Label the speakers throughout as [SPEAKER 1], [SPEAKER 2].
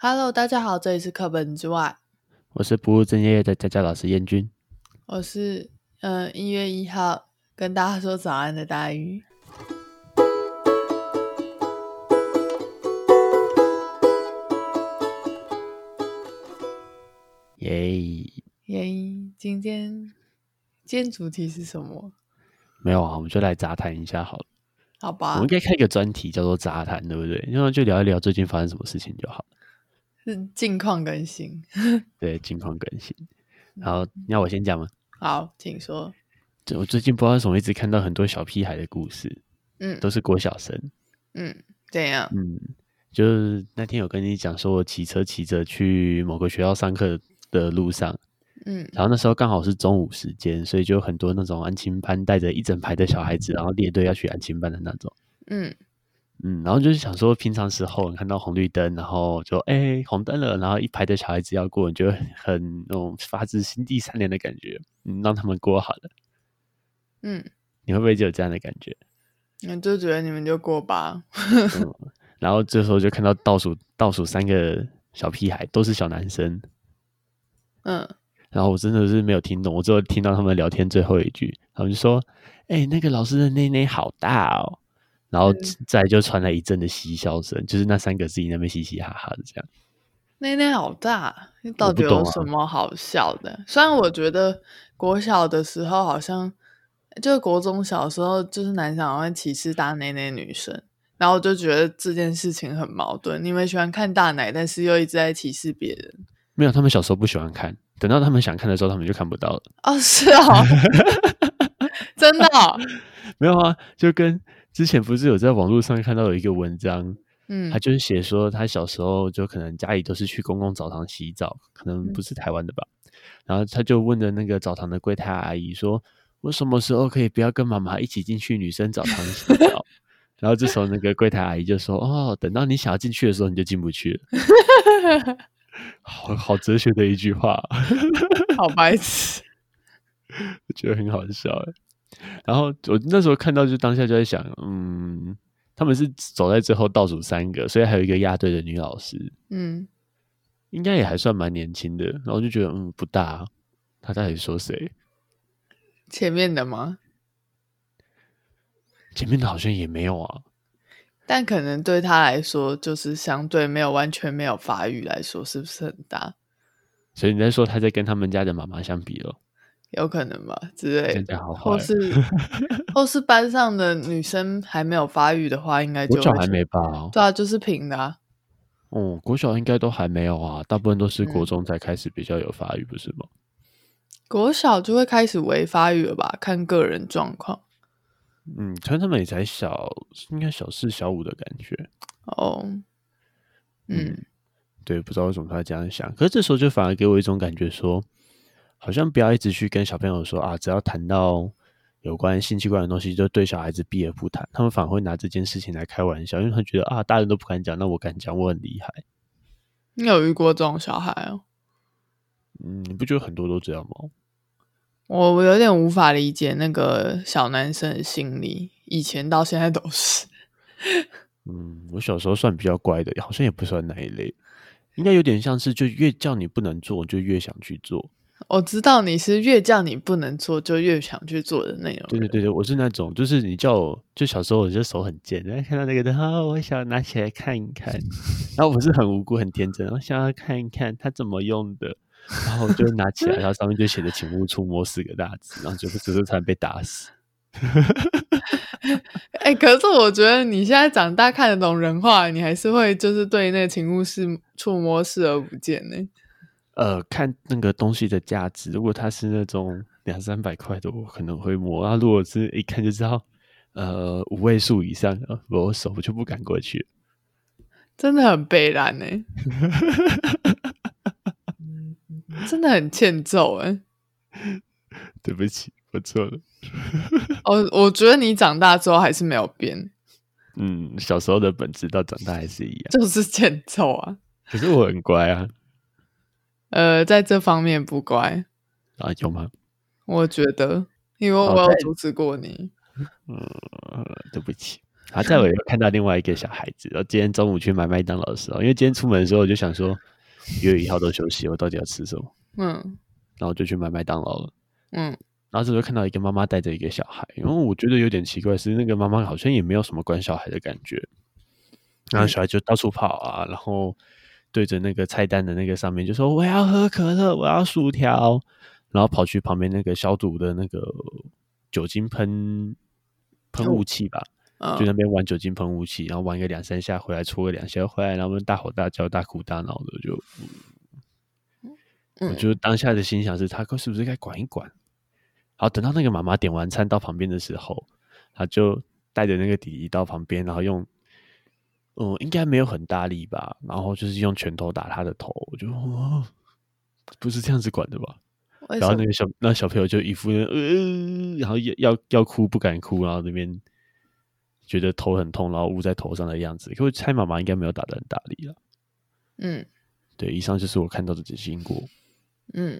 [SPEAKER 1] Hello，大家好，这里是课本之外，
[SPEAKER 2] 我是不务正业的家教老师燕君。
[SPEAKER 1] 我是嗯一月一号跟大家说早安的大鱼。
[SPEAKER 2] 耶、
[SPEAKER 1] 耶，今天今天主题是什么？
[SPEAKER 2] 没有啊，我们就来杂谈一下好了。
[SPEAKER 1] 好
[SPEAKER 2] 我
[SPEAKER 1] 吧
[SPEAKER 2] 们应，该开个专题叫做杂谈，对不对？然后就聊一聊最近发生什么事情就好了。
[SPEAKER 1] 是近况更新。
[SPEAKER 2] 对，近况更新。然后要我先讲吗？
[SPEAKER 1] 好，请说。
[SPEAKER 2] 就我最近不知道为什么一直看到很多小屁孩的故事，
[SPEAKER 1] 嗯
[SPEAKER 2] 都是国小生。
[SPEAKER 1] 嗯，怎样？
[SPEAKER 2] 嗯，就是那天有跟你讲说，我骑车骑着去某个学校上课的路上，
[SPEAKER 1] 嗯
[SPEAKER 2] 然后那时候刚好是中午时间，所以就有很多那种安亲班带着一整排的小孩子，然后列队要去安亲班的那种。
[SPEAKER 1] 嗯
[SPEAKER 2] 嗯，然后就是想说，平常时候你看到红绿灯，然后就哎、红灯了，然后一排的小孩子要过，你就会很那种发自心地善良的感觉，嗯，让他们过好了。
[SPEAKER 1] 嗯，
[SPEAKER 2] 你会不会就有这样的感觉？
[SPEAKER 1] 我就觉得你们就过吧。
[SPEAKER 2] 嗯，然后这时候就看到倒数倒数三个小屁孩都是小男生，
[SPEAKER 1] 嗯，
[SPEAKER 2] 然后我真的是没有听懂，我只有听到他们聊天最后一句，他们就说：“哎、那个老师的内内好大哦。”然后再就传来一阵的嬉笑声，就是那三个自己那边嘻嘻哈哈的这样。
[SPEAKER 1] 内内好大，那到
[SPEAKER 2] 我
[SPEAKER 1] 底
[SPEAKER 2] 不
[SPEAKER 1] 有
[SPEAKER 2] 懂啊
[SPEAKER 1] 什么好笑的？虽然我觉得国小的时候好像，就是国中小的时候，就是男生好像会歧视大内内女生，然后我就觉得这件事情很矛盾。你们喜欢看大奶，但是又一直在歧视别人。
[SPEAKER 2] 没有，他们小时候不喜欢看，等到他们想看的时候，他们就看不到了。
[SPEAKER 1] 哦，是哦，真的哦、
[SPEAKER 2] 没有啊，就跟之前不是有在网络上看到有一个文章，
[SPEAKER 1] 嗯
[SPEAKER 2] 他就是写说他小时候就可能家里都是去公共澡堂洗澡，可能不是台湾的吧。然后他就问了那个澡堂的柜台阿姨说：“我什么时候可以不要跟妈妈一起进去女生澡堂洗澡？” 然后这时候那个柜台阿姨就说：“哦，等到你想要进去的时候，你就进不去了。 好”好哲学的一句话啊。
[SPEAKER 1] 好白痴。
[SPEAKER 2] 我觉得很好笑哎。然后我那时候看到，就当下就在想，嗯，他们是走在最后倒数三个，所以还有一个压队的女老师，
[SPEAKER 1] 嗯，
[SPEAKER 2] 应该也还算蛮年轻的。然后就觉得，嗯，不大啊，他到底说谁？
[SPEAKER 1] 前面的吗？
[SPEAKER 2] 前面的好像也没有啊。
[SPEAKER 1] 但可能对他来说，就是相对没有完全没有发育来说，是不是很大？
[SPEAKER 2] 所以你在说他在跟他们家的妈妈相比了，
[SPEAKER 1] 有可能吧之类
[SPEAKER 2] 现
[SPEAKER 1] 的，
[SPEAKER 2] 在好坏
[SPEAKER 1] 哎或
[SPEAKER 2] 啊。
[SPEAKER 1] 是或是班上的女生还没有发育的话，应该就
[SPEAKER 2] 国小
[SPEAKER 1] 会
[SPEAKER 2] 还
[SPEAKER 1] 是
[SPEAKER 2] 没吧？哦、
[SPEAKER 1] 对啊，就是平的啊。
[SPEAKER 2] 嗯，国小应该都还没有啊，大部分都是国
[SPEAKER 1] 嗯
[SPEAKER 2] 中才开始比较有发育，不是吗？
[SPEAKER 1] 国小就会开始微发育了吧，看个人状况
[SPEAKER 2] 嗯，可能他们也才小，应该小四、小五的感觉。
[SPEAKER 1] 哦。嗯
[SPEAKER 2] 嗯，对，不知道为什么他会这样想。可是这时候就反而给我一种感觉说，好像不要一直去跟小朋友说啊，只要谈到有关性器官的东西，就对小孩子避而不谈。他们反而会拿这件事情来开玩笑，因为他觉得啊，大人都不敢讲，那我敢讲，我很厉害。
[SPEAKER 1] 你有遇过这种小孩哦？
[SPEAKER 2] 嗯，你不觉得很多都这样吗？
[SPEAKER 1] 我我有点无法理解那个小男生的心理，以前到现在都是。
[SPEAKER 2] 嗯，我小时候算比较乖的，好像也不算那一类，应该有点像是就越叫你不能做，就越想去做。
[SPEAKER 1] 我知道你是越叫你不能做，就越想去做的那种人。
[SPEAKER 2] 对对对对，我是那种，就是你叫我，就小时候我就手很贱，然后看到那个灯，啊，我想拿起来看一 看，然后我是很无辜、很天真，我想要看一看它怎么用的，然后我就拿起来，然后上面就写着“请勿触摸”四个大字，然后结果只是差点被打死。
[SPEAKER 1] 哎、可是我觉得你现在长大看得懂人话，你还是会就是对那个情物是触摸视而不见呢、
[SPEAKER 2] 呃，看那个东西的价值，如果它是那种两三百块的，我可能会摸；啊，如果是一看就知道，呃，五位数以上，呃我手我就不敢过去了。
[SPEAKER 1] 真的很悲然呢、真的很欠揍哎、
[SPEAKER 2] 对不起，我错了。
[SPEAKER 1] 我哦我觉得你长大之后还是没有变，
[SPEAKER 2] 嗯，小时候的本质到长大还是一样。
[SPEAKER 1] 就是欠揍啊。
[SPEAKER 2] 可是我很乖啊，
[SPEAKER 1] 呃，在这方面不乖，
[SPEAKER 2] 啊有吗？
[SPEAKER 1] 我觉得，因为
[SPEAKER 2] 哦
[SPEAKER 1] 我有
[SPEAKER 2] 对
[SPEAKER 1] 阻止过你。
[SPEAKER 2] 嗯，对不起。然后再我又看到另外一个小孩子，然后今天中午去买麦当劳的时候，因为今天出门的时候我就想说，一月一号都休息，我到底要吃什么？
[SPEAKER 1] 嗯
[SPEAKER 2] 然后我就去买麦当劳了。
[SPEAKER 1] 嗯
[SPEAKER 2] 然后这时候看到一个妈妈带着一个小孩，然后我觉得有点奇怪，是那个妈妈好像也没有什么管小孩的感觉，然后小孩就到处跑啊，然后对着那个菜单的那个上面就说我要喝可乐，我要薯条，然后跑去旁边那个消毒的那个酒精喷喷雾器吧，
[SPEAKER 1] 嗯
[SPEAKER 2] 就那边玩酒精喷雾器，然后玩个两三下，回来搓个两下，回来然后大吼大叫、大哭大闹的，就我
[SPEAKER 1] 嗯，
[SPEAKER 2] 就当下的心想是，他是不是该管一管？好，等到那个妈妈点完餐到旁边的时候，他就带着那个弟弟到旁边，然后用，嗯，应该没有很大力吧，然后就是用拳头打他的头，我就、哦、不是这样子管的吧？
[SPEAKER 1] 为
[SPEAKER 2] 然
[SPEAKER 1] 什
[SPEAKER 2] 后
[SPEAKER 1] 么
[SPEAKER 2] 那个小那小朋友就一副呃，然后要要要哭不敢哭，然后那边觉得头很痛，然后捂在头上的样子。可我猜妈妈应该没有打的很大力了。
[SPEAKER 1] 嗯
[SPEAKER 2] 对，以上就是我看到的这些经过。
[SPEAKER 1] 嗯，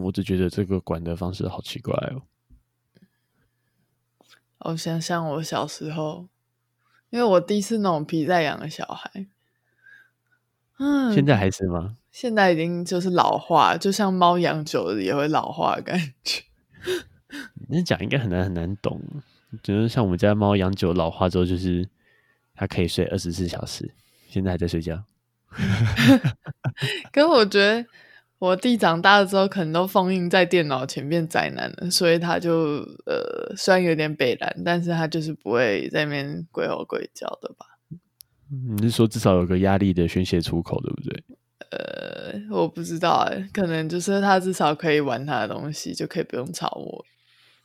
[SPEAKER 2] 我只觉得这个管的方式好奇怪哦。
[SPEAKER 1] 我想想哦我小时候，因为我第一次那种皮在痒的小孩，嗯，
[SPEAKER 2] 现在还是吗？
[SPEAKER 1] 现在已经就是老化，就像猫养久了也会老化的感觉。
[SPEAKER 2] 那讲应该很难很难懂。只是像我们家猫养久老化之后，就是它可以睡二十四小时，现在还在睡觉。
[SPEAKER 1] 可我觉得我弟长大了之后，可能都封印在电脑前面宅男了，所以他就呃，虽然有点北蓝，但是他就是不会在那边鬼吼鬼叫的吧。
[SPEAKER 2] 嗯你是说至少有个压力的宣泄出口，对不对？
[SPEAKER 1] 呃，我不知道哎、可能就是他至少可以玩他的东西，就可以不用吵我。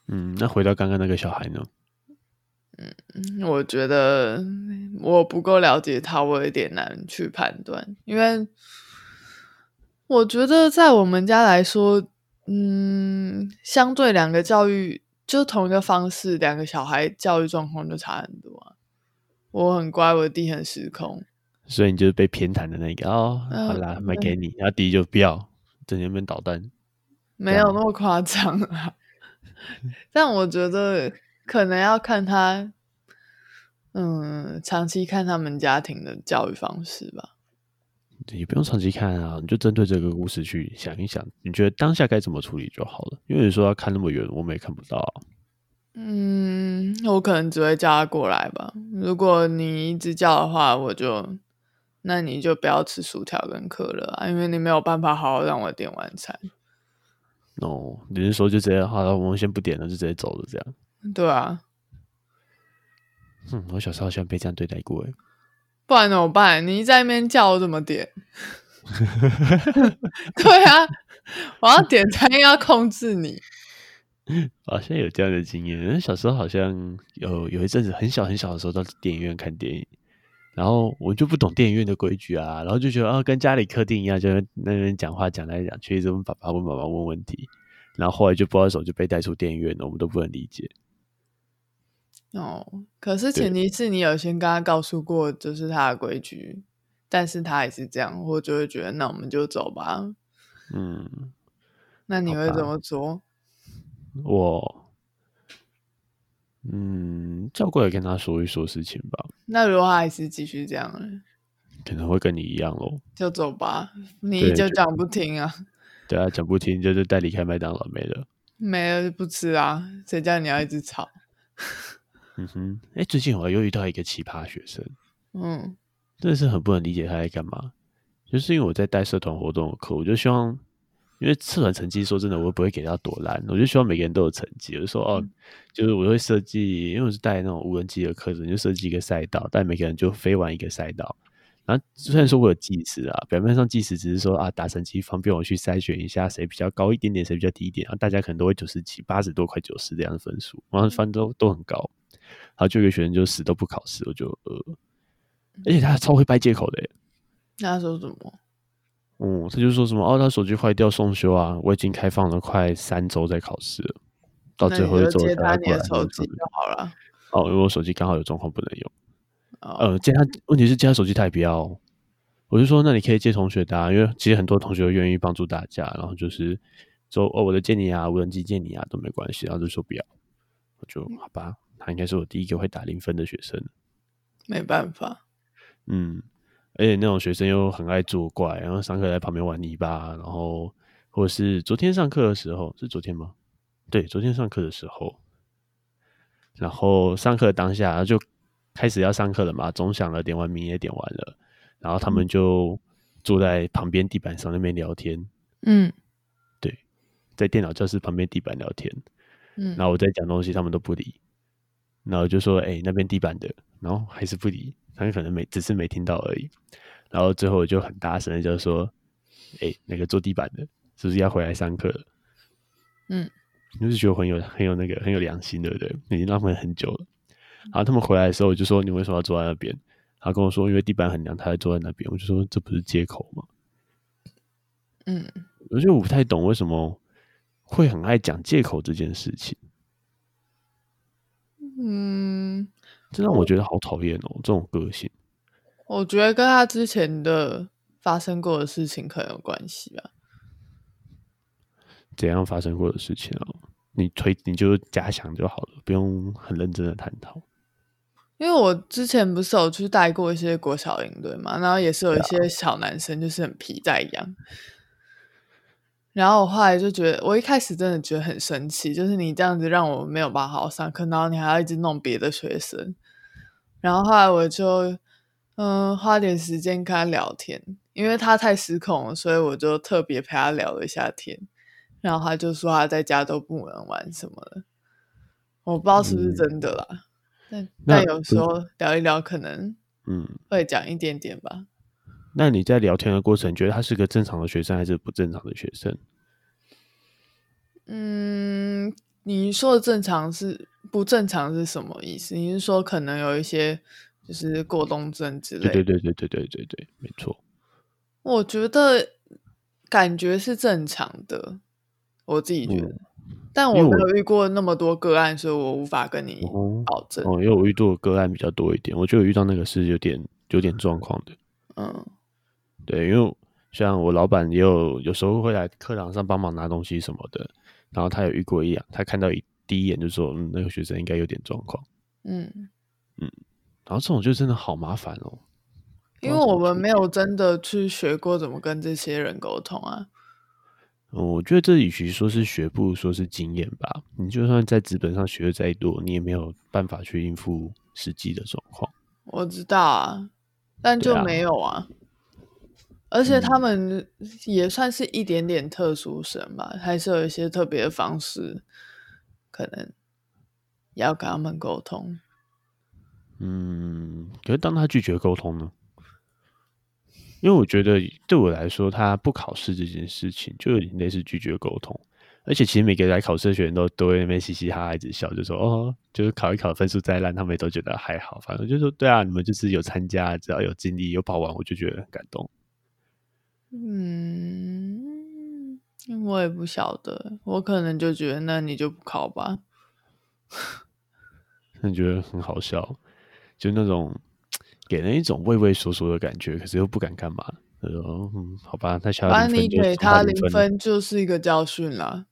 [SPEAKER 2] 嗯，那回到刚刚那个小孩呢？
[SPEAKER 1] 嗯我觉得我不够了解他，我有点难去判断，因为我觉得在我们家来说，嗯，相对两个教育就同一个方式，两个小孩教育状况就差很多啊。我很乖，我弟很失控，
[SPEAKER 2] 所以你就是被偏袒的那个哦。
[SPEAKER 1] 嗯
[SPEAKER 2] 好啦，买给你，然后弟弟就不要，整天被捣蛋。
[SPEAKER 1] 没有那么夸张啊。 但我觉得可能要看他，嗯，长期看他们家庭的教育方式吧。
[SPEAKER 2] 也不用长期看啊，你就针对这个故事去想一想，你觉得当下该怎么处理就好了。因为你说要看那么远，我们也看不到啊、
[SPEAKER 1] 嗯，我可能只会叫他过来吧。如果你一直叫的话，我就那你就不要吃薯条跟可乐啊，因为你没有办法好好让我点晚餐。
[SPEAKER 2] 哦，你是说就直接好了，我们先不点了，就直接走了这样？
[SPEAKER 1] 对啊，
[SPEAKER 2] 嗯，我小时候好像被这样对待过欸诶。
[SPEAKER 1] 不然怎么办？你一在那边叫我怎么点？ 对啊，我要点餐要控制你。
[SPEAKER 2] 好像有这样的经验。小时候好像有有一阵子很小很小的时候到电影院看电影，然后我就不懂电影院的规矩啊，然后就觉得啊跟家里客厅一样，就在那边讲话讲来讲去，一直问爸爸问妈妈问问题，然后后来就不知道为什么就被带出电影院了，我们都不能理解。
[SPEAKER 1] 哦，可是
[SPEAKER 2] 对
[SPEAKER 1] 前提是你有先跟他告诉过，就是他的规矩，但是他还是这样，我就会觉得那我们就走吧。
[SPEAKER 2] 嗯，
[SPEAKER 1] 那你
[SPEAKER 2] 好
[SPEAKER 1] 会
[SPEAKER 2] 吧
[SPEAKER 1] 怎么做？
[SPEAKER 2] 我嗯叫过来跟他说一说事情吧，
[SPEAKER 1] 那如果他还是继续这样呢，
[SPEAKER 2] 可能会跟你一样喽。
[SPEAKER 1] 就走吧。你
[SPEAKER 2] 对
[SPEAKER 1] 就
[SPEAKER 2] 就
[SPEAKER 1] 讲不听啊，
[SPEAKER 2] 对啊，讲不听就是带离开麦当劳没了。
[SPEAKER 1] 没了就不吃啊，谁叫你要一直吵？
[SPEAKER 2] 嗯哼，哎，最近我又遇到一个奇葩学生，
[SPEAKER 1] 嗯
[SPEAKER 2] 真的是很不能理解他在干嘛。就是因为我在带社团活动的课，我就希望，因为社团成绩说真的，我也不会给他多烂，我就希望每个人都有成绩。我就说哦，就是我会设计，因为我是带那种无人机的课程，就设计一个赛道，但每个人就飞完一个赛道。然后虽然说我有计时啊，表面上计时只是说啊打成绩方便我去筛选一下谁比较高一点点，谁比较低一点，然后大家可能都会九十几、八十多、快九十这样的分数，然后反正都都很高。然后就有一个学生就死都不考试，我就呃，而且他超会掰借口的耶，
[SPEAKER 1] 那他说什么？
[SPEAKER 2] 嗯，他就说什么哦，他手机坏掉送修啊，我已经开放了快三周在考试了，到
[SPEAKER 1] 那
[SPEAKER 2] 最
[SPEAKER 1] 你
[SPEAKER 2] 后一
[SPEAKER 1] 就
[SPEAKER 2] 周
[SPEAKER 1] 接
[SPEAKER 2] 才
[SPEAKER 1] 他
[SPEAKER 2] 会
[SPEAKER 1] 你
[SPEAKER 2] 过来
[SPEAKER 1] 的手机
[SPEAKER 2] 说
[SPEAKER 1] 就好了。
[SPEAKER 2] 哦，因为我手机刚好有状况不能用。
[SPEAKER 1] 哦，
[SPEAKER 2] 呃，借他问题是借他手机他也不要哦、我就说那你可以借同学的、啊，因为其实很多同学都愿意帮助大家，然后就是说哦我的借你啊，无人机借你啊都没关系，然后就说不要，我就好吧，他应该是我第一个会打零分的学生，
[SPEAKER 1] 没办法，
[SPEAKER 2] 嗯，而且那种学生又很爱作怪，然后上课在旁边玩泥巴，然后或者是昨天上课的时候，是昨天吗？对，昨天上课的时候，然后上课当下然后就开始要上课了嘛，钟响了，点完名也点完了，然后他们就坐在旁边地板上那边聊天，
[SPEAKER 1] 嗯
[SPEAKER 2] 在电脑教室旁边地板聊天，
[SPEAKER 1] 嗯
[SPEAKER 2] 然后我在讲东西，他们都不理，然后我就说：“哎、那边地板的。”然后还是不理，他们可能没只是没听到而已。然后最后我就很大声的就说：“哎、那个坐地板的，是不是要回来上课了？”
[SPEAKER 1] 嗯，
[SPEAKER 2] 你就是觉得我很有很有那个很有良心，对不对？已经浪费很久了。然后他们回来的时候，我就说：“你为什么要坐在那边？”他跟我说：“因为地板很凉，他还坐在那边。”我就说：“这不是借口吗？”
[SPEAKER 1] 嗯，
[SPEAKER 2] 我觉得我不太懂为什么会很爱讲借口这件事情。
[SPEAKER 1] 嗯，
[SPEAKER 2] 这让我觉得好讨厌哦，这种个性。
[SPEAKER 1] 我觉得跟他之前的发生过的事情可能有关系吧。
[SPEAKER 2] 怎样发生过的事情啊？你推你就假想就好了，不用很认真的探讨。
[SPEAKER 1] 因为我之前不是有去带过一些国小营队嘛，然后也是有一些小男生就是很皮在痒，然后我后来就觉得，我一开始真的觉得很生气，就是你这样子让我没有办法好好上课，然后你还要一直弄别的学生，然后后来我就嗯花点时间跟他聊天，因为他太失控了，所以我就特别陪他聊了一下天，然后他就说他在家都不能玩什么的，我不知道是不是
[SPEAKER 2] 嗯
[SPEAKER 1] 真的啦。但
[SPEAKER 2] 那
[SPEAKER 1] 但有时
[SPEAKER 2] 嗯
[SPEAKER 1] 候聊一聊，可能
[SPEAKER 2] 嗯，
[SPEAKER 1] 会讲一点点吧。
[SPEAKER 2] 那你在聊天的过程，你觉得他是个正常的学生还是不正常的学生？
[SPEAKER 1] 嗯，你说的正常是不正常是什么意思？你是说可能有一些就是过动症之类
[SPEAKER 2] 对
[SPEAKER 1] 的？
[SPEAKER 2] 对对对对对对对，没错。
[SPEAKER 1] 我觉得感觉是正常的，我自己觉得。
[SPEAKER 2] 嗯
[SPEAKER 1] 但我
[SPEAKER 2] 因为
[SPEAKER 1] 没
[SPEAKER 2] 我
[SPEAKER 1] 有遇过那么多个案，所以我无法跟你
[SPEAKER 2] 哦
[SPEAKER 1] 保证。
[SPEAKER 2] 哦，因为我遇到的个案比较多一点，我就有遇到那个是有点有点状况的。
[SPEAKER 1] 嗯
[SPEAKER 2] 对，因为像我老板也有有时候会来课堂上帮忙拿东西什么的，然后他有遇过一样，他看到一第一眼就说，嗯，那个学生应该有点状况。哦
[SPEAKER 1] 嗯，
[SPEAKER 2] 然后这种就真的好麻烦哦，
[SPEAKER 1] 因为我们没有真的去学过怎么跟这些人沟通啊。
[SPEAKER 2] 嗯，我觉得这与其说是学，不如说是经验吧。你就算在纸本上学的再多，你也没有办法去应付实际的状况。
[SPEAKER 1] 我知道啊，但
[SPEAKER 2] 对
[SPEAKER 1] 就
[SPEAKER 2] 啊嗯
[SPEAKER 1] 没有啊。而且他们也算是一点点特殊生吧，还是有一些特别的方式，可能也要跟他们沟通。
[SPEAKER 2] 嗯，可是当他拒绝沟通呢？因为我觉得对我来说，他不考试这件事情就有点类似拒绝沟通。而且其实每个来考试的学员都都会在那边嘻嘻哈哈一直笑，就说哦，就是考一考分数再烂，他们也都觉得还好。反正就说对啊，你们就是有参加，只要有尽力有跑完，我就觉得很感动。
[SPEAKER 1] 嗯，我也不晓得，我可能就觉得那你就不考吧。
[SPEAKER 2] 那你觉得很好笑，就那种给人一种畏畏缩缩的感觉，可是又不敢干嘛。他说：“嗯，好吧，那小
[SPEAKER 1] 反
[SPEAKER 2] 零
[SPEAKER 1] 正啊你
[SPEAKER 2] 分就
[SPEAKER 1] 给
[SPEAKER 2] 送他
[SPEAKER 1] 他零
[SPEAKER 2] 分。”
[SPEAKER 1] 分就是一个教训啦。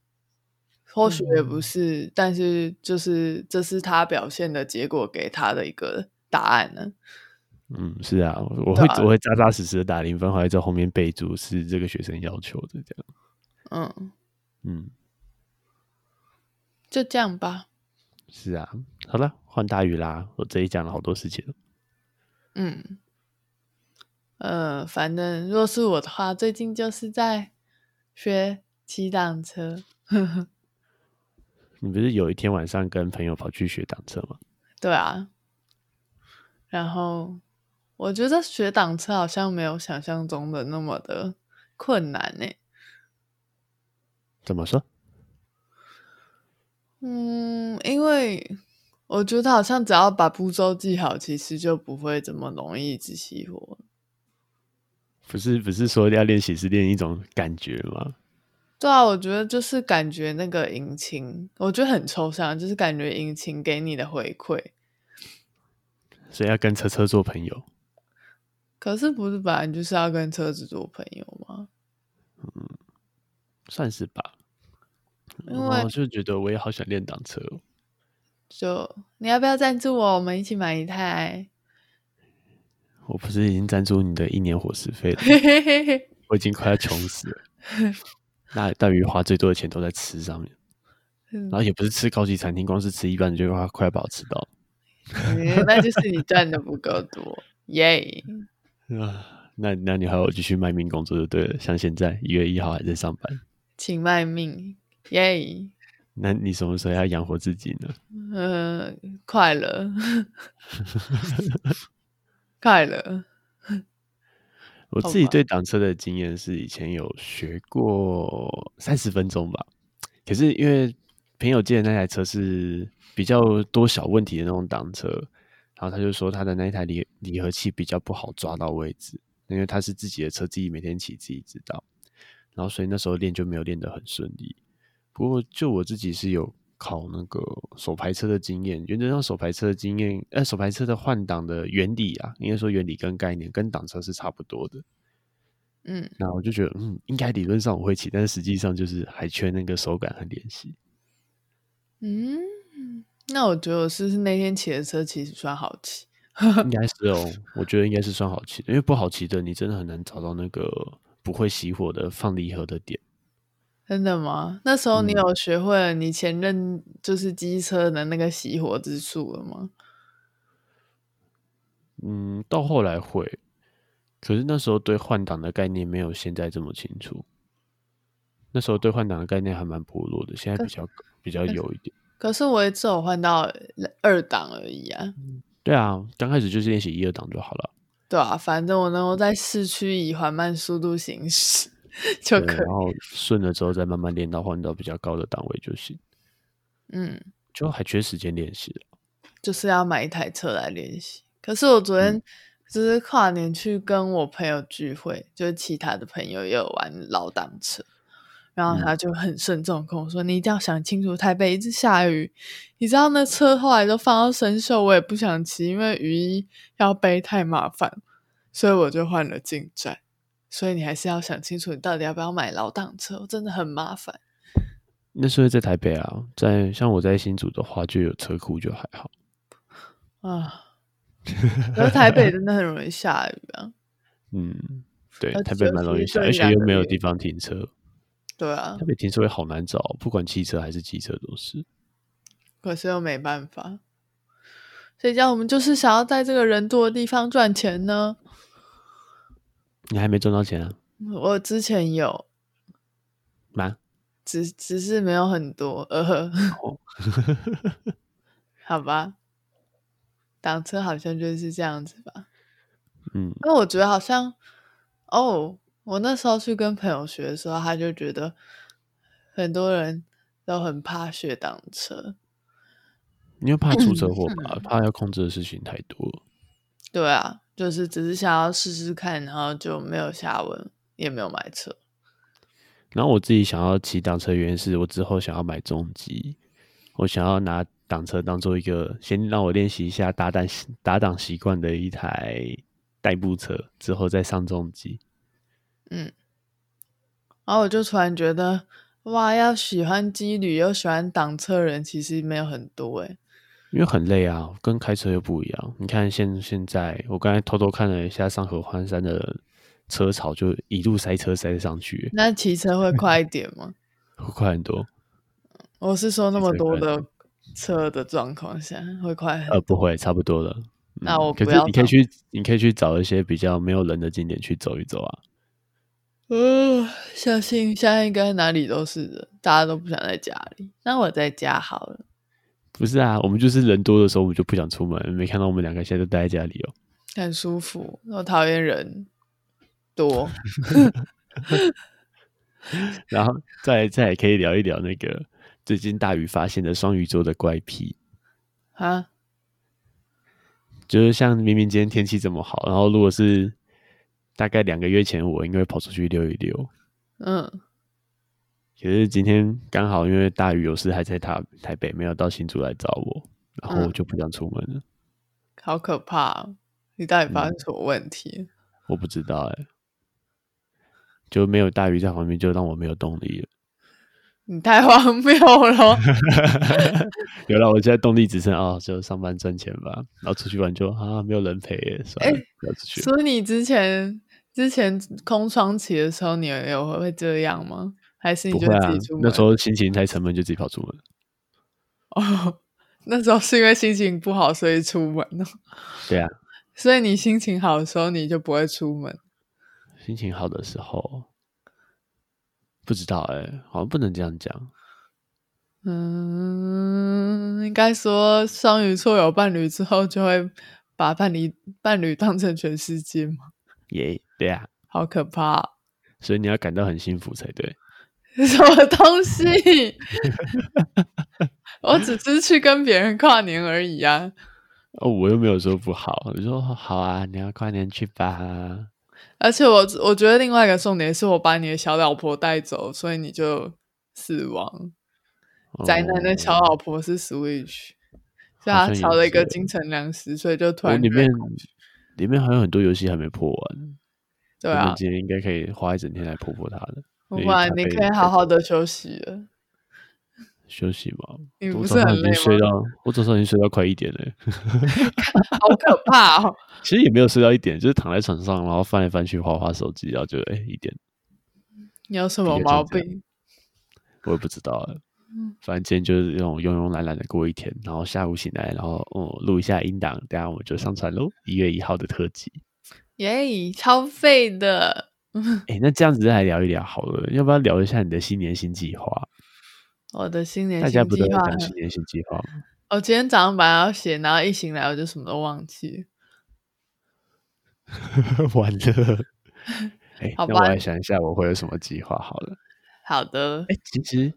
[SPEAKER 1] 或许也
[SPEAKER 2] 嗯
[SPEAKER 1] 不是，但是就是这是他表现的结果给他的一个答案呢、
[SPEAKER 2] 嗯，是啊，我我
[SPEAKER 1] 对
[SPEAKER 2] 会
[SPEAKER 1] 啊
[SPEAKER 2] 我会扎扎实实的打零分，还会在后面备注是这个学生要求的这样。
[SPEAKER 1] 嗯，
[SPEAKER 2] 嗯，
[SPEAKER 1] 就这样吧。
[SPEAKER 2] 是啊。好了，换大鱼啦！我这里讲了好多事情了。
[SPEAKER 1] 嗯，呃，反正若是我的话，最近就是在学骑挡车。
[SPEAKER 2] 你不是有一天晚上跟朋友跑去学挡车吗？
[SPEAKER 1] 对啊，然后我觉得学挡车好像没有想象中的那么的困难呢、
[SPEAKER 2] 怎么说？
[SPEAKER 1] 嗯，因为我觉得好像只要把步骤记好，其实就不会这么容易一直熄火。
[SPEAKER 2] 不是不是说要练习，是练一种感觉吗？
[SPEAKER 1] 对啊，我觉得就是感觉那个引擎，我觉得很抽象，就是感觉引擎给你的回馈。
[SPEAKER 2] 所以要跟车车做朋友。
[SPEAKER 1] 可是不是本来就是要跟车子做朋友吗？
[SPEAKER 2] 算是吧。
[SPEAKER 1] 因
[SPEAKER 2] 然
[SPEAKER 1] 为
[SPEAKER 2] 后就觉得我也好想练挡车哦，
[SPEAKER 1] 就你要不要赞助我？我们一起买一台。
[SPEAKER 2] 我不是已经赞助你的一年伙食费了吗？
[SPEAKER 1] 嘿嘿嘿嘿，
[SPEAKER 2] 我已经快要穷 死了。那大鱼花最多的钱都在吃上面，
[SPEAKER 1] 嗯
[SPEAKER 2] 然后也不是吃高级餐厅，光是吃一般的就快快要把我吃到。
[SPEAKER 1] 嗯那就是你赚的不够多，耶、
[SPEAKER 2] 啊，那那你还有继续卖命工作就对了，像现在一月一号还在上班，
[SPEAKER 1] 请卖命，耶、
[SPEAKER 2] 那你什么时候要养活自己呢？
[SPEAKER 1] 呃，快乐，快乐，
[SPEAKER 2] 我
[SPEAKER 1] 好
[SPEAKER 2] 自己
[SPEAKER 1] 吧
[SPEAKER 2] 对挡车的经验是以前有学过三十分钟吧，可是因为朋友借的那台车是比较多小问题的那种挡车，然后他就说他的那一台离离合器比较不好抓到位置，因为他是自己的车，自己每天骑自己知道，然后所以那时候练就没有练得很顺利。不过就我自己是有考那个手排车的经验，原则上手排车的经验，呃，手排车的换挡的原理啊，应该说原理跟概念跟挡车是差不多的。
[SPEAKER 1] 嗯，
[SPEAKER 2] 那我就觉得，嗯，应该理论上我会骑，但是实际上就是还缺那个手感和练习。
[SPEAKER 1] 嗯，那我觉得我是不是那天骑的车其实算好骑，
[SPEAKER 2] 应该是哦，我觉得应该是算好骑的，因为不好骑的你真的很难找到那个不会熄火的放离合的点。
[SPEAKER 1] 真的吗？那时候你
[SPEAKER 2] 嗯
[SPEAKER 1] 有学会了你前任就是机车的那个熄火之术了吗？
[SPEAKER 2] 嗯，到后来会，可是那时候对换挡的概念没有现在这么清楚。那时候对换挡的概念还蛮薄弱的，现在比较比较有一点。
[SPEAKER 1] 可是我也只有换到二档而已啊，
[SPEAKER 2] 对啊，刚开始就是练习一二档就好了。
[SPEAKER 1] 对啊，反正我能够在市区以缓慢速度行驶 就
[SPEAKER 2] 对，
[SPEAKER 1] 呃
[SPEAKER 2] 啊
[SPEAKER 1] 可以
[SPEAKER 2] 然，后顺了之后再慢慢练到换到比较高的档位就行，
[SPEAKER 1] 嗯，
[SPEAKER 2] 就还缺时间练习了。
[SPEAKER 1] 就是要买一台车来练习。可是我昨天就是跨年去跟我朋友聚会，就是其他的朋友也有玩老档车，然后
[SPEAKER 2] 嗯
[SPEAKER 1] 他就很慎重地跟我说：“你一定要想清楚，台北一直下雨，你知道那车后来都放到生锈，我也不想骑，因为雨衣要背太麻烦，所以我就换了进站。所以你还是要想清楚，你到底要不要买老档车，真的很麻烦。
[SPEAKER 2] 那时候在台北啊，在像我在新竹的话，就有车库就还好。
[SPEAKER 1] 啊，然后台北真的很容易下雨啊。
[SPEAKER 2] 嗯，对
[SPEAKER 1] 而，
[SPEAKER 2] 台北
[SPEAKER 1] 且
[SPEAKER 2] 蛮容
[SPEAKER 1] 是
[SPEAKER 2] 易下，
[SPEAKER 1] 对
[SPEAKER 2] 而且
[SPEAKER 1] 两
[SPEAKER 2] 又
[SPEAKER 1] 个
[SPEAKER 2] 没有
[SPEAKER 1] 月
[SPEAKER 2] 地方停车。
[SPEAKER 1] 对啊
[SPEAKER 2] 台，北停车位好难找，哦不管汽车还是机车都是。
[SPEAKER 1] 可是又没办法。谁叫我们就是想要在这个人多的地方赚钱呢？
[SPEAKER 2] 你还没赚到钱啊？
[SPEAKER 1] 我之前有，
[SPEAKER 2] 吗？
[SPEAKER 1] 只只是没有很多，呃呵， 好吧。挡车好像就是这样子吧。
[SPEAKER 2] 嗯，
[SPEAKER 1] 因为我觉得好像，哦，我那时候去跟朋友学的时候，他就觉得很多人都很怕学挡车，
[SPEAKER 2] 因为怕出车祸吧，怕要控制的事情太多了。
[SPEAKER 1] 对啊，就是只是想要试试看，然后就没有下文，也没有买车。
[SPEAKER 2] 然后我自己想要骑挡车，原因是我之后想要买重机，我想要拿挡车当做一个先让我练习一下打档打档习惯的一台代步车，之后再上重机。
[SPEAKER 1] 然后我就突然觉得，哇，要喜欢机旅又喜欢挡车的人，其实没有很多欸诶、
[SPEAKER 2] 因为很累啊，跟开车又不一样。你看现现在，我刚才偷偷看了一下上合欢山的车潮，就一路塞车塞上去，
[SPEAKER 1] 那骑车会快一点吗？
[SPEAKER 2] 会快很多。
[SPEAKER 1] 我是说那么
[SPEAKER 2] 骑车
[SPEAKER 1] 多
[SPEAKER 2] 快
[SPEAKER 1] 的车的状况下会快很。
[SPEAKER 2] 呃，不会，差不多了。嗯
[SPEAKER 1] 那我
[SPEAKER 2] 可
[SPEAKER 1] 不
[SPEAKER 2] 是
[SPEAKER 1] 要
[SPEAKER 2] 你可以
[SPEAKER 1] 找
[SPEAKER 2] 去，你可以去找一些比较没有人的景点去走一走啊。
[SPEAKER 1] 呃，相信现在应该哪里都是人，大家都不想在家里。那我在家好了。
[SPEAKER 2] 不是啊，我们就是人多的时候，我们就不想出门。没看到我们两个现在都待在家里哦。
[SPEAKER 1] 很舒服。我讨厌人多，
[SPEAKER 2] 然后再再也可以聊一聊那个最近大鱼发现的双鱼座的怪癖，
[SPEAKER 1] 啊，
[SPEAKER 2] 就是像明明今天天气这么好，然后如果是大概两个月前，我应该会跑出去溜一溜。
[SPEAKER 1] 嗯，
[SPEAKER 2] 可是今天刚好因为大鱼有事还在台台北，没有到新竹来找我，然后我
[SPEAKER 1] 嗯
[SPEAKER 2] 就不想出门了。
[SPEAKER 1] 好可怕、哦！你到底发
[SPEAKER 2] 嗯
[SPEAKER 1] 生什么问题？
[SPEAKER 2] 我不知欸道哎、就没有大鱼在旁边，就让我没有动力了。
[SPEAKER 1] 你太荒谬了。
[SPEAKER 2] 有了，我现在动力只剩啊、哦就上班赚钱吧，然后出去玩就啊，没有人陪耶，算了，不要出去了。
[SPEAKER 1] 哎所以你之前之前空窗期的时候，你有会这样吗？还是你
[SPEAKER 2] 不
[SPEAKER 1] 就
[SPEAKER 2] 会啊
[SPEAKER 1] 自己出，门？
[SPEAKER 2] 那时候心情太沉闷，就自己跑出门。
[SPEAKER 1] 哦，那时候是因为心情不好，所以出门哦。
[SPEAKER 2] 对啊，
[SPEAKER 1] 所以你心情好的时候，你就不会出门。
[SPEAKER 2] 心情好的时候，不知道哎、好像不能这样讲。
[SPEAKER 1] 嗯，应该说双鱼座有伴侣之后，就会把伴侣伴侣当成全世界嘛，
[SPEAKER 2] 耶、对啊，
[SPEAKER 1] 好可怕哦、
[SPEAKER 2] 所以你要感到很幸福才对。
[SPEAKER 1] 什么东 西？我只是去跟别人跨年而已啊！
[SPEAKER 2] 哦，我又没有说不好，我说好啊，你要跨年去吧。
[SPEAKER 1] 而且我我觉得另外一个重点是我把你的小老婆带走，所以你就死亡。宅男
[SPEAKER 2] 哦
[SPEAKER 1] 的小老婆是 Switch，所以
[SPEAKER 2] 好
[SPEAKER 1] 他
[SPEAKER 2] 像
[SPEAKER 1] 少
[SPEAKER 2] 也
[SPEAKER 1] 了一个
[SPEAKER 2] 是
[SPEAKER 1] 金城良实，所以就突
[SPEAKER 2] 我
[SPEAKER 1] 然
[SPEAKER 2] 里
[SPEAKER 1] 觉得
[SPEAKER 2] 面里面还有很多游戏还没破完，
[SPEAKER 1] 对
[SPEAKER 2] 我
[SPEAKER 1] 啊
[SPEAKER 2] 们，今天应该可以花一整天来破破它的。
[SPEAKER 1] 不
[SPEAKER 2] 因为
[SPEAKER 1] 然
[SPEAKER 2] 它
[SPEAKER 1] 你
[SPEAKER 2] 被
[SPEAKER 1] 可以好好的休息了。
[SPEAKER 2] 休息吧。
[SPEAKER 1] 你
[SPEAKER 2] 我
[SPEAKER 1] 不
[SPEAKER 2] 早
[SPEAKER 1] 是
[SPEAKER 2] 上
[SPEAKER 1] 很
[SPEAKER 2] 已
[SPEAKER 1] 累
[SPEAKER 2] 经睡
[SPEAKER 1] 吗
[SPEAKER 2] 到，我早上已经睡到快一点了。
[SPEAKER 1] 好可怕哦！
[SPEAKER 2] 其实也没有睡到一点，就是躺在床上，然后翻来翻去，划划手机，然后就哎、一点，
[SPEAKER 1] 你有什么
[SPEAKER 2] 的确是
[SPEAKER 1] 毛
[SPEAKER 2] 这样
[SPEAKER 1] 病？
[SPEAKER 2] 我也不知道了
[SPEAKER 1] 嗯。
[SPEAKER 2] 反正今天就是那种慵慵懒懒的过一天，然后下午醒来，然后哦录一下音档，等一下我就上传喽。一月一号的特辑，
[SPEAKER 1] 耶、超废的！
[SPEAKER 2] 哎、那这样子来聊一聊好了，要不要聊一下你的新年新计划？
[SPEAKER 1] 我的新年
[SPEAKER 2] 大家
[SPEAKER 1] 新
[SPEAKER 2] 不都
[SPEAKER 1] 计
[SPEAKER 2] 在
[SPEAKER 1] 划
[SPEAKER 2] 讲
[SPEAKER 1] 很
[SPEAKER 2] 新年新计划吗？
[SPEAKER 1] 我今天早上本来要写，然后一醒来我就什么都忘记了。
[SPEAKER 2] 完了， 哎、
[SPEAKER 1] 好
[SPEAKER 2] 那
[SPEAKER 1] 吧
[SPEAKER 2] 我来想一下我会有什么计划好了。
[SPEAKER 1] 好的，
[SPEAKER 2] 哎、其实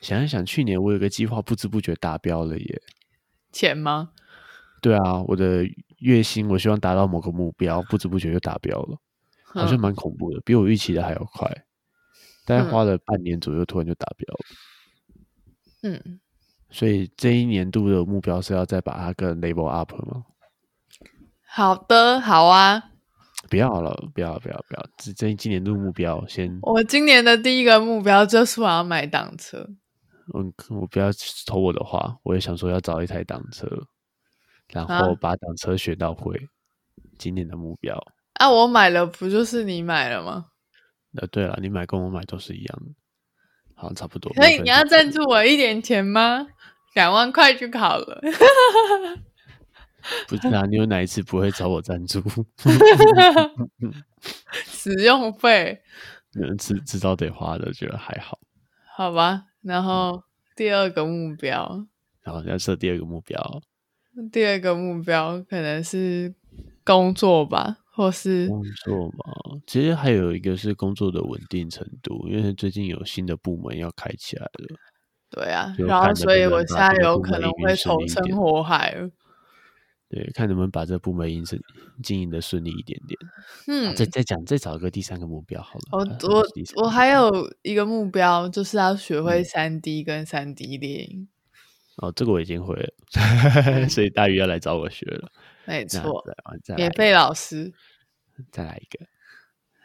[SPEAKER 2] 想一想，去年我有个计划，不知不觉达标了耶。
[SPEAKER 1] 钱吗？
[SPEAKER 2] 对啊，我的月薪我希望达到某个目标，不知不觉就达标了，好像
[SPEAKER 1] 嗯
[SPEAKER 2] 蛮恐怖的，比我预期的还要快。大概
[SPEAKER 1] 嗯
[SPEAKER 2] 花了半年左右，突然就达标了。
[SPEAKER 1] 嗯，
[SPEAKER 2] 所以这一年度的目标是要再把它更 level up 吗？
[SPEAKER 1] 好的，好啊。
[SPEAKER 2] 不要了，不要，不要，不要！这这今年度目标先，
[SPEAKER 1] 我今年的第一个目标就是我要买挡车。
[SPEAKER 2] 嗯，我不要投我的话，我也想说要找一台挡车，然
[SPEAKER 1] 啊
[SPEAKER 2] 后把挡车学到会，今年的目标。
[SPEAKER 1] 啊，我买了，不就是你买了吗？
[SPEAKER 2] 呃，对了，你买跟我买都是一样的，好像差不多。
[SPEAKER 1] 所以
[SPEAKER 2] 没有
[SPEAKER 1] 你
[SPEAKER 2] 分
[SPEAKER 1] 要
[SPEAKER 2] 什么
[SPEAKER 1] 赞助我一点钱吗？两万块就好 了。
[SPEAKER 2] 不是啊？你有哪一次不会找我赞助？
[SPEAKER 1] 使用费，
[SPEAKER 2] 嗯知知道得花的，觉得还好。
[SPEAKER 1] 好吧。然后第二个目标，
[SPEAKER 2] 然后要设第二个目标，
[SPEAKER 1] 第二个目标可能是工作吧，或是
[SPEAKER 2] 工作嘛，其实还有一个是工作的稳定程度，因为最近有新的部门要开起来了。
[SPEAKER 1] 对啊，
[SPEAKER 2] 就
[SPEAKER 1] 然后
[SPEAKER 2] 看能
[SPEAKER 1] 所以
[SPEAKER 2] 不能
[SPEAKER 1] 我
[SPEAKER 2] 把
[SPEAKER 1] 现在
[SPEAKER 2] 这个
[SPEAKER 1] 有
[SPEAKER 2] 部
[SPEAKER 1] 可
[SPEAKER 2] 门
[SPEAKER 1] 能
[SPEAKER 2] 营运
[SPEAKER 1] 会
[SPEAKER 2] 顺利
[SPEAKER 1] 投
[SPEAKER 2] 一
[SPEAKER 1] 身
[SPEAKER 2] 点啊
[SPEAKER 1] 火海了。
[SPEAKER 2] 对，看能不能把这部门营生经营的顺利一点点。啊
[SPEAKER 1] 嗯，
[SPEAKER 2] 再再讲，再找一个第三个目标好了。
[SPEAKER 1] 我
[SPEAKER 2] 啊
[SPEAKER 1] 我
[SPEAKER 2] 第三
[SPEAKER 1] 我
[SPEAKER 2] 个
[SPEAKER 1] 还
[SPEAKER 2] 目标
[SPEAKER 1] 有一个目标，就是要学会
[SPEAKER 2] 嗯
[SPEAKER 1] 三 D 跟三 D 猎影。
[SPEAKER 2] 哦，这个我已经会 了，所以大鱼要来找我学了。
[SPEAKER 1] 没
[SPEAKER 2] 那
[SPEAKER 1] 错，
[SPEAKER 2] 再再来
[SPEAKER 1] 免
[SPEAKER 2] 一
[SPEAKER 1] 费老师
[SPEAKER 2] 个再来一个。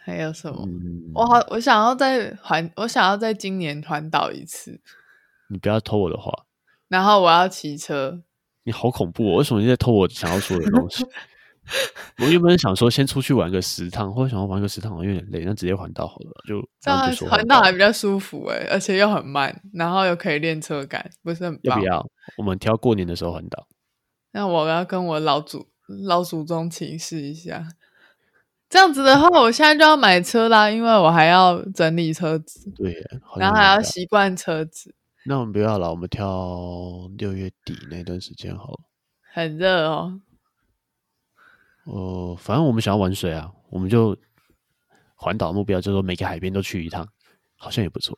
[SPEAKER 1] 还有什么？
[SPEAKER 2] 嗯，
[SPEAKER 1] 哦我好，我想要再环，我想要在今年环岛一次，
[SPEAKER 2] 你不要偷我的话，
[SPEAKER 1] 然后我要骑车。
[SPEAKER 2] 你好恐怖、哦！为什么你在偷我想要说的东西？我原本想说先出去玩个十趟，或者想要玩个十趟好像有点累，那直接环岛好了，就
[SPEAKER 1] 这
[SPEAKER 2] 然后
[SPEAKER 1] 样
[SPEAKER 2] 就说
[SPEAKER 1] 环岛还
[SPEAKER 2] 岛
[SPEAKER 1] 比较舒服诶、而且又很慢，然后又可以练车感，不是很
[SPEAKER 2] 要
[SPEAKER 1] 棒
[SPEAKER 2] 不？要？我们挑过年的时候环岛，
[SPEAKER 1] 那我要跟我老祖老祖宗请示一下。这样子的话，我现在就要买车啦，因为我还要整理车子，
[SPEAKER 2] 对耶，好
[SPEAKER 1] 然
[SPEAKER 2] 像
[SPEAKER 1] 后还
[SPEAKER 2] 有
[SPEAKER 1] 要
[SPEAKER 2] 点大
[SPEAKER 1] 习惯车子。
[SPEAKER 2] 那我们不要了，我们挑六月底那段时间好了。
[SPEAKER 1] 很热哦，
[SPEAKER 2] 哦、反正我们想要玩水啊，我们就环岛目标就是说每个海边都去一趟，好像也不错。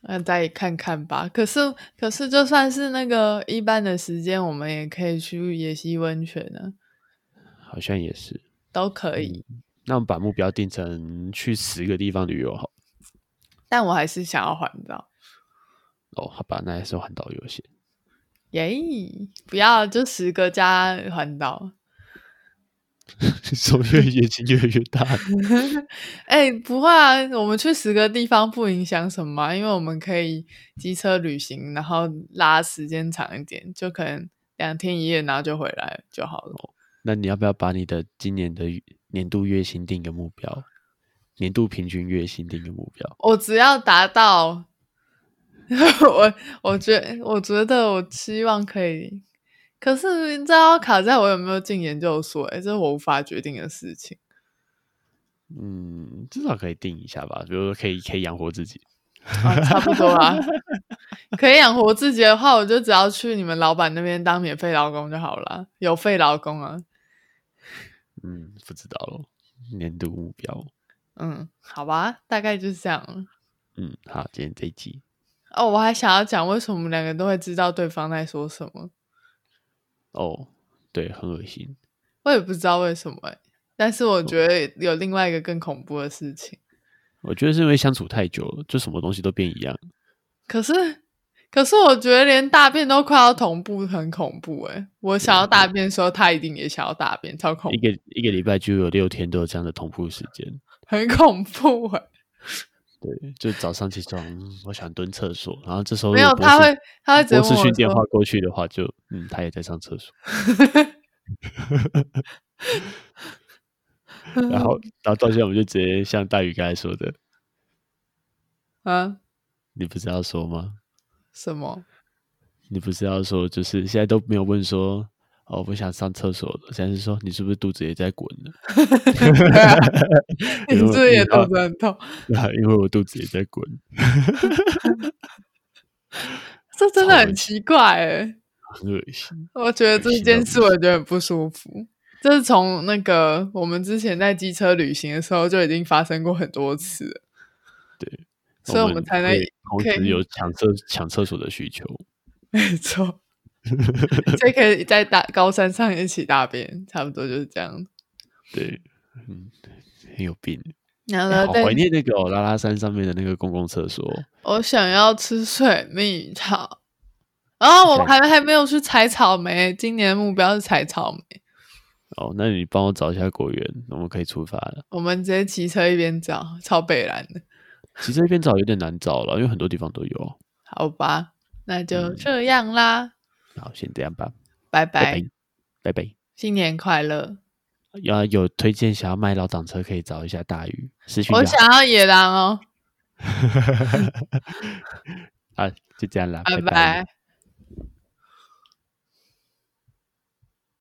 [SPEAKER 1] 那再看看吧。可是，可是就算是那个一般的时间，我们也可以去野溪温泉呢、
[SPEAKER 2] 好像也是。
[SPEAKER 1] 都可以。
[SPEAKER 2] 那我们把目标定成去十个地方旅游好了。
[SPEAKER 1] 但我还是想要环岛，
[SPEAKER 2] 哦，好吧，那还是环岛游 戏。
[SPEAKER 1] 耶！不要就十个加环岛，
[SPEAKER 2] 手越眼睛越来越大。
[SPEAKER 1] 哎、不会啊，我们去十个地方不影响什么啊、因为我们可以机车旅行，然后拉时间长一点，就可能两天一夜，然后就回来就好了。
[SPEAKER 2] 那你要不要把你的今年的年度月薪定个目标？年度平均月薪定个目标？
[SPEAKER 1] 我只要达到， 我我觉我觉得我希望可以，可是你知道卡在我有没有进研究所、欸，哎，这是我无法决定的事情。
[SPEAKER 2] 嗯，至少可以定一下吧，比如说可以可以养活自己。
[SPEAKER 1] 啊，差不多啊。 可以养活自己的话，我就只要去你们老板那边当免费劳工就好了，有费劳工啊。
[SPEAKER 2] 嗯，不知道咯，年度目标。
[SPEAKER 1] 嗯，好吧，大概就是这样了。
[SPEAKER 2] 嗯，好，今天这一集，
[SPEAKER 1] 哦，我还想要讲为什么我们两个都会知道对方在说什么，
[SPEAKER 2] 哦，对，很恶心。
[SPEAKER 1] 我也不知道为什么、欸、但是我觉得有另外一个更恐怖的事情。
[SPEAKER 2] 我觉得是因为相处太久了，就什么东西都变一样。
[SPEAKER 1] 可是，可是我觉得连大便都快要同步，很恐怖诶、我想要大便的时候，他一定也想要大便，超恐
[SPEAKER 2] 一
[SPEAKER 1] 怖，
[SPEAKER 2] 个一个礼拜就有六天都有这样的同步时间。
[SPEAKER 1] 很恐怖欸
[SPEAKER 2] 哦
[SPEAKER 1] 诶、
[SPEAKER 2] 对，就早上起床，嗯我想蹲厕所，然后这时候
[SPEAKER 1] 没有，
[SPEAKER 2] 如果
[SPEAKER 1] 他
[SPEAKER 2] 博士
[SPEAKER 1] 会他会直接问
[SPEAKER 2] 博士
[SPEAKER 1] 我
[SPEAKER 2] 讯电话
[SPEAKER 1] 说，
[SPEAKER 2] 过去的话就，嗯，他也在上厕所， 然后
[SPEAKER 1] 嗯
[SPEAKER 2] 然后到现在我们就直接像大宇刚才说的，
[SPEAKER 1] 啊
[SPEAKER 2] 你不是要说吗？
[SPEAKER 1] 什么？
[SPEAKER 2] 你不是要说就是现在都没有问说哦，我想上厕所了，现在是说你是不是肚子也在滚 呢？
[SPEAKER 1] 对啊 你是
[SPEAKER 2] 因为
[SPEAKER 1] 不是也
[SPEAKER 2] 因为
[SPEAKER 1] 肚子很痛？
[SPEAKER 2] 啊，因为我 肚子也在滚，
[SPEAKER 1] 这真的
[SPEAKER 2] 超
[SPEAKER 1] 很
[SPEAKER 2] 恶
[SPEAKER 1] 奇怪欸诶、
[SPEAKER 2] 很恶心。
[SPEAKER 1] 我觉得这
[SPEAKER 2] 旅行
[SPEAKER 1] 件
[SPEAKER 2] 到
[SPEAKER 1] 事我觉得很不舒服。这是从那个我们之前在机车旅行的时候就已经发生过很多次了，
[SPEAKER 2] 对，
[SPEAKER 1] 所以我们才能
[SPEAKER 2] 会
[SPEAKER 1] 可
[SPEAKER 2] 同
[SPEAKER 1] 以
[SPEAKER 2] 时有抢厕抢厕所的需求。
[SPEAKER 1] 没错，所以可以在大高山上一起大便，差不多就是这样。
[SPEAKER 2] 对，嗯，很有病。
[SPEAKER 1] 然
[SPEAKER 2] 哎
[SPEAKER 1] 后
[SPEAKER 2] 好
[SPEAKER 1] 在
[SPEAKER 2] 怀念那个、哦、拉拉山上面的那个公共厕所哦。
[SPEAKER 1] 我想要吃水蜜桃，然后我
[SPEAKER 2] 想
[SPEAKER 1] 还还没有去采草莓，今年的目标是采草莓。
[SPEAKER 2] 哦，那你帮我找一下果园，我们可以出发了。
[SPEAKER 1] 我们直接骑车一边找，超北蓝的，
[SPEAKER 2] 其实这边找有点难找了，因为很多地方都有哦。
[SPEAKER 1] 好吧？那就
[SPEAKER 2] 嗯
[SPEAKER 1] 这样啦，
[SPEAKER 2] 好，先这样吧，
[SPEAKER 1] 拜
[SPEAKER 2] 拜
[SPEAKER 1] 拜，
[SPEAKER 2] 拜，拜拜。
[SPEAKER 1] 新年快乐！
[SPEAKER 2] 要有推荐想要卖老挡车，可以找一下大鱼私讯
[SPEAKER 1] 我
[SPEAKER 2] 就好。
[SPEAKER 1] 想要野狼哦，
[SPEAKER 2] 啊，就这样啦，
[SPEAKER 1] 拜
[SPEAKER 2] 拜
[SPEAKER 1] 拜。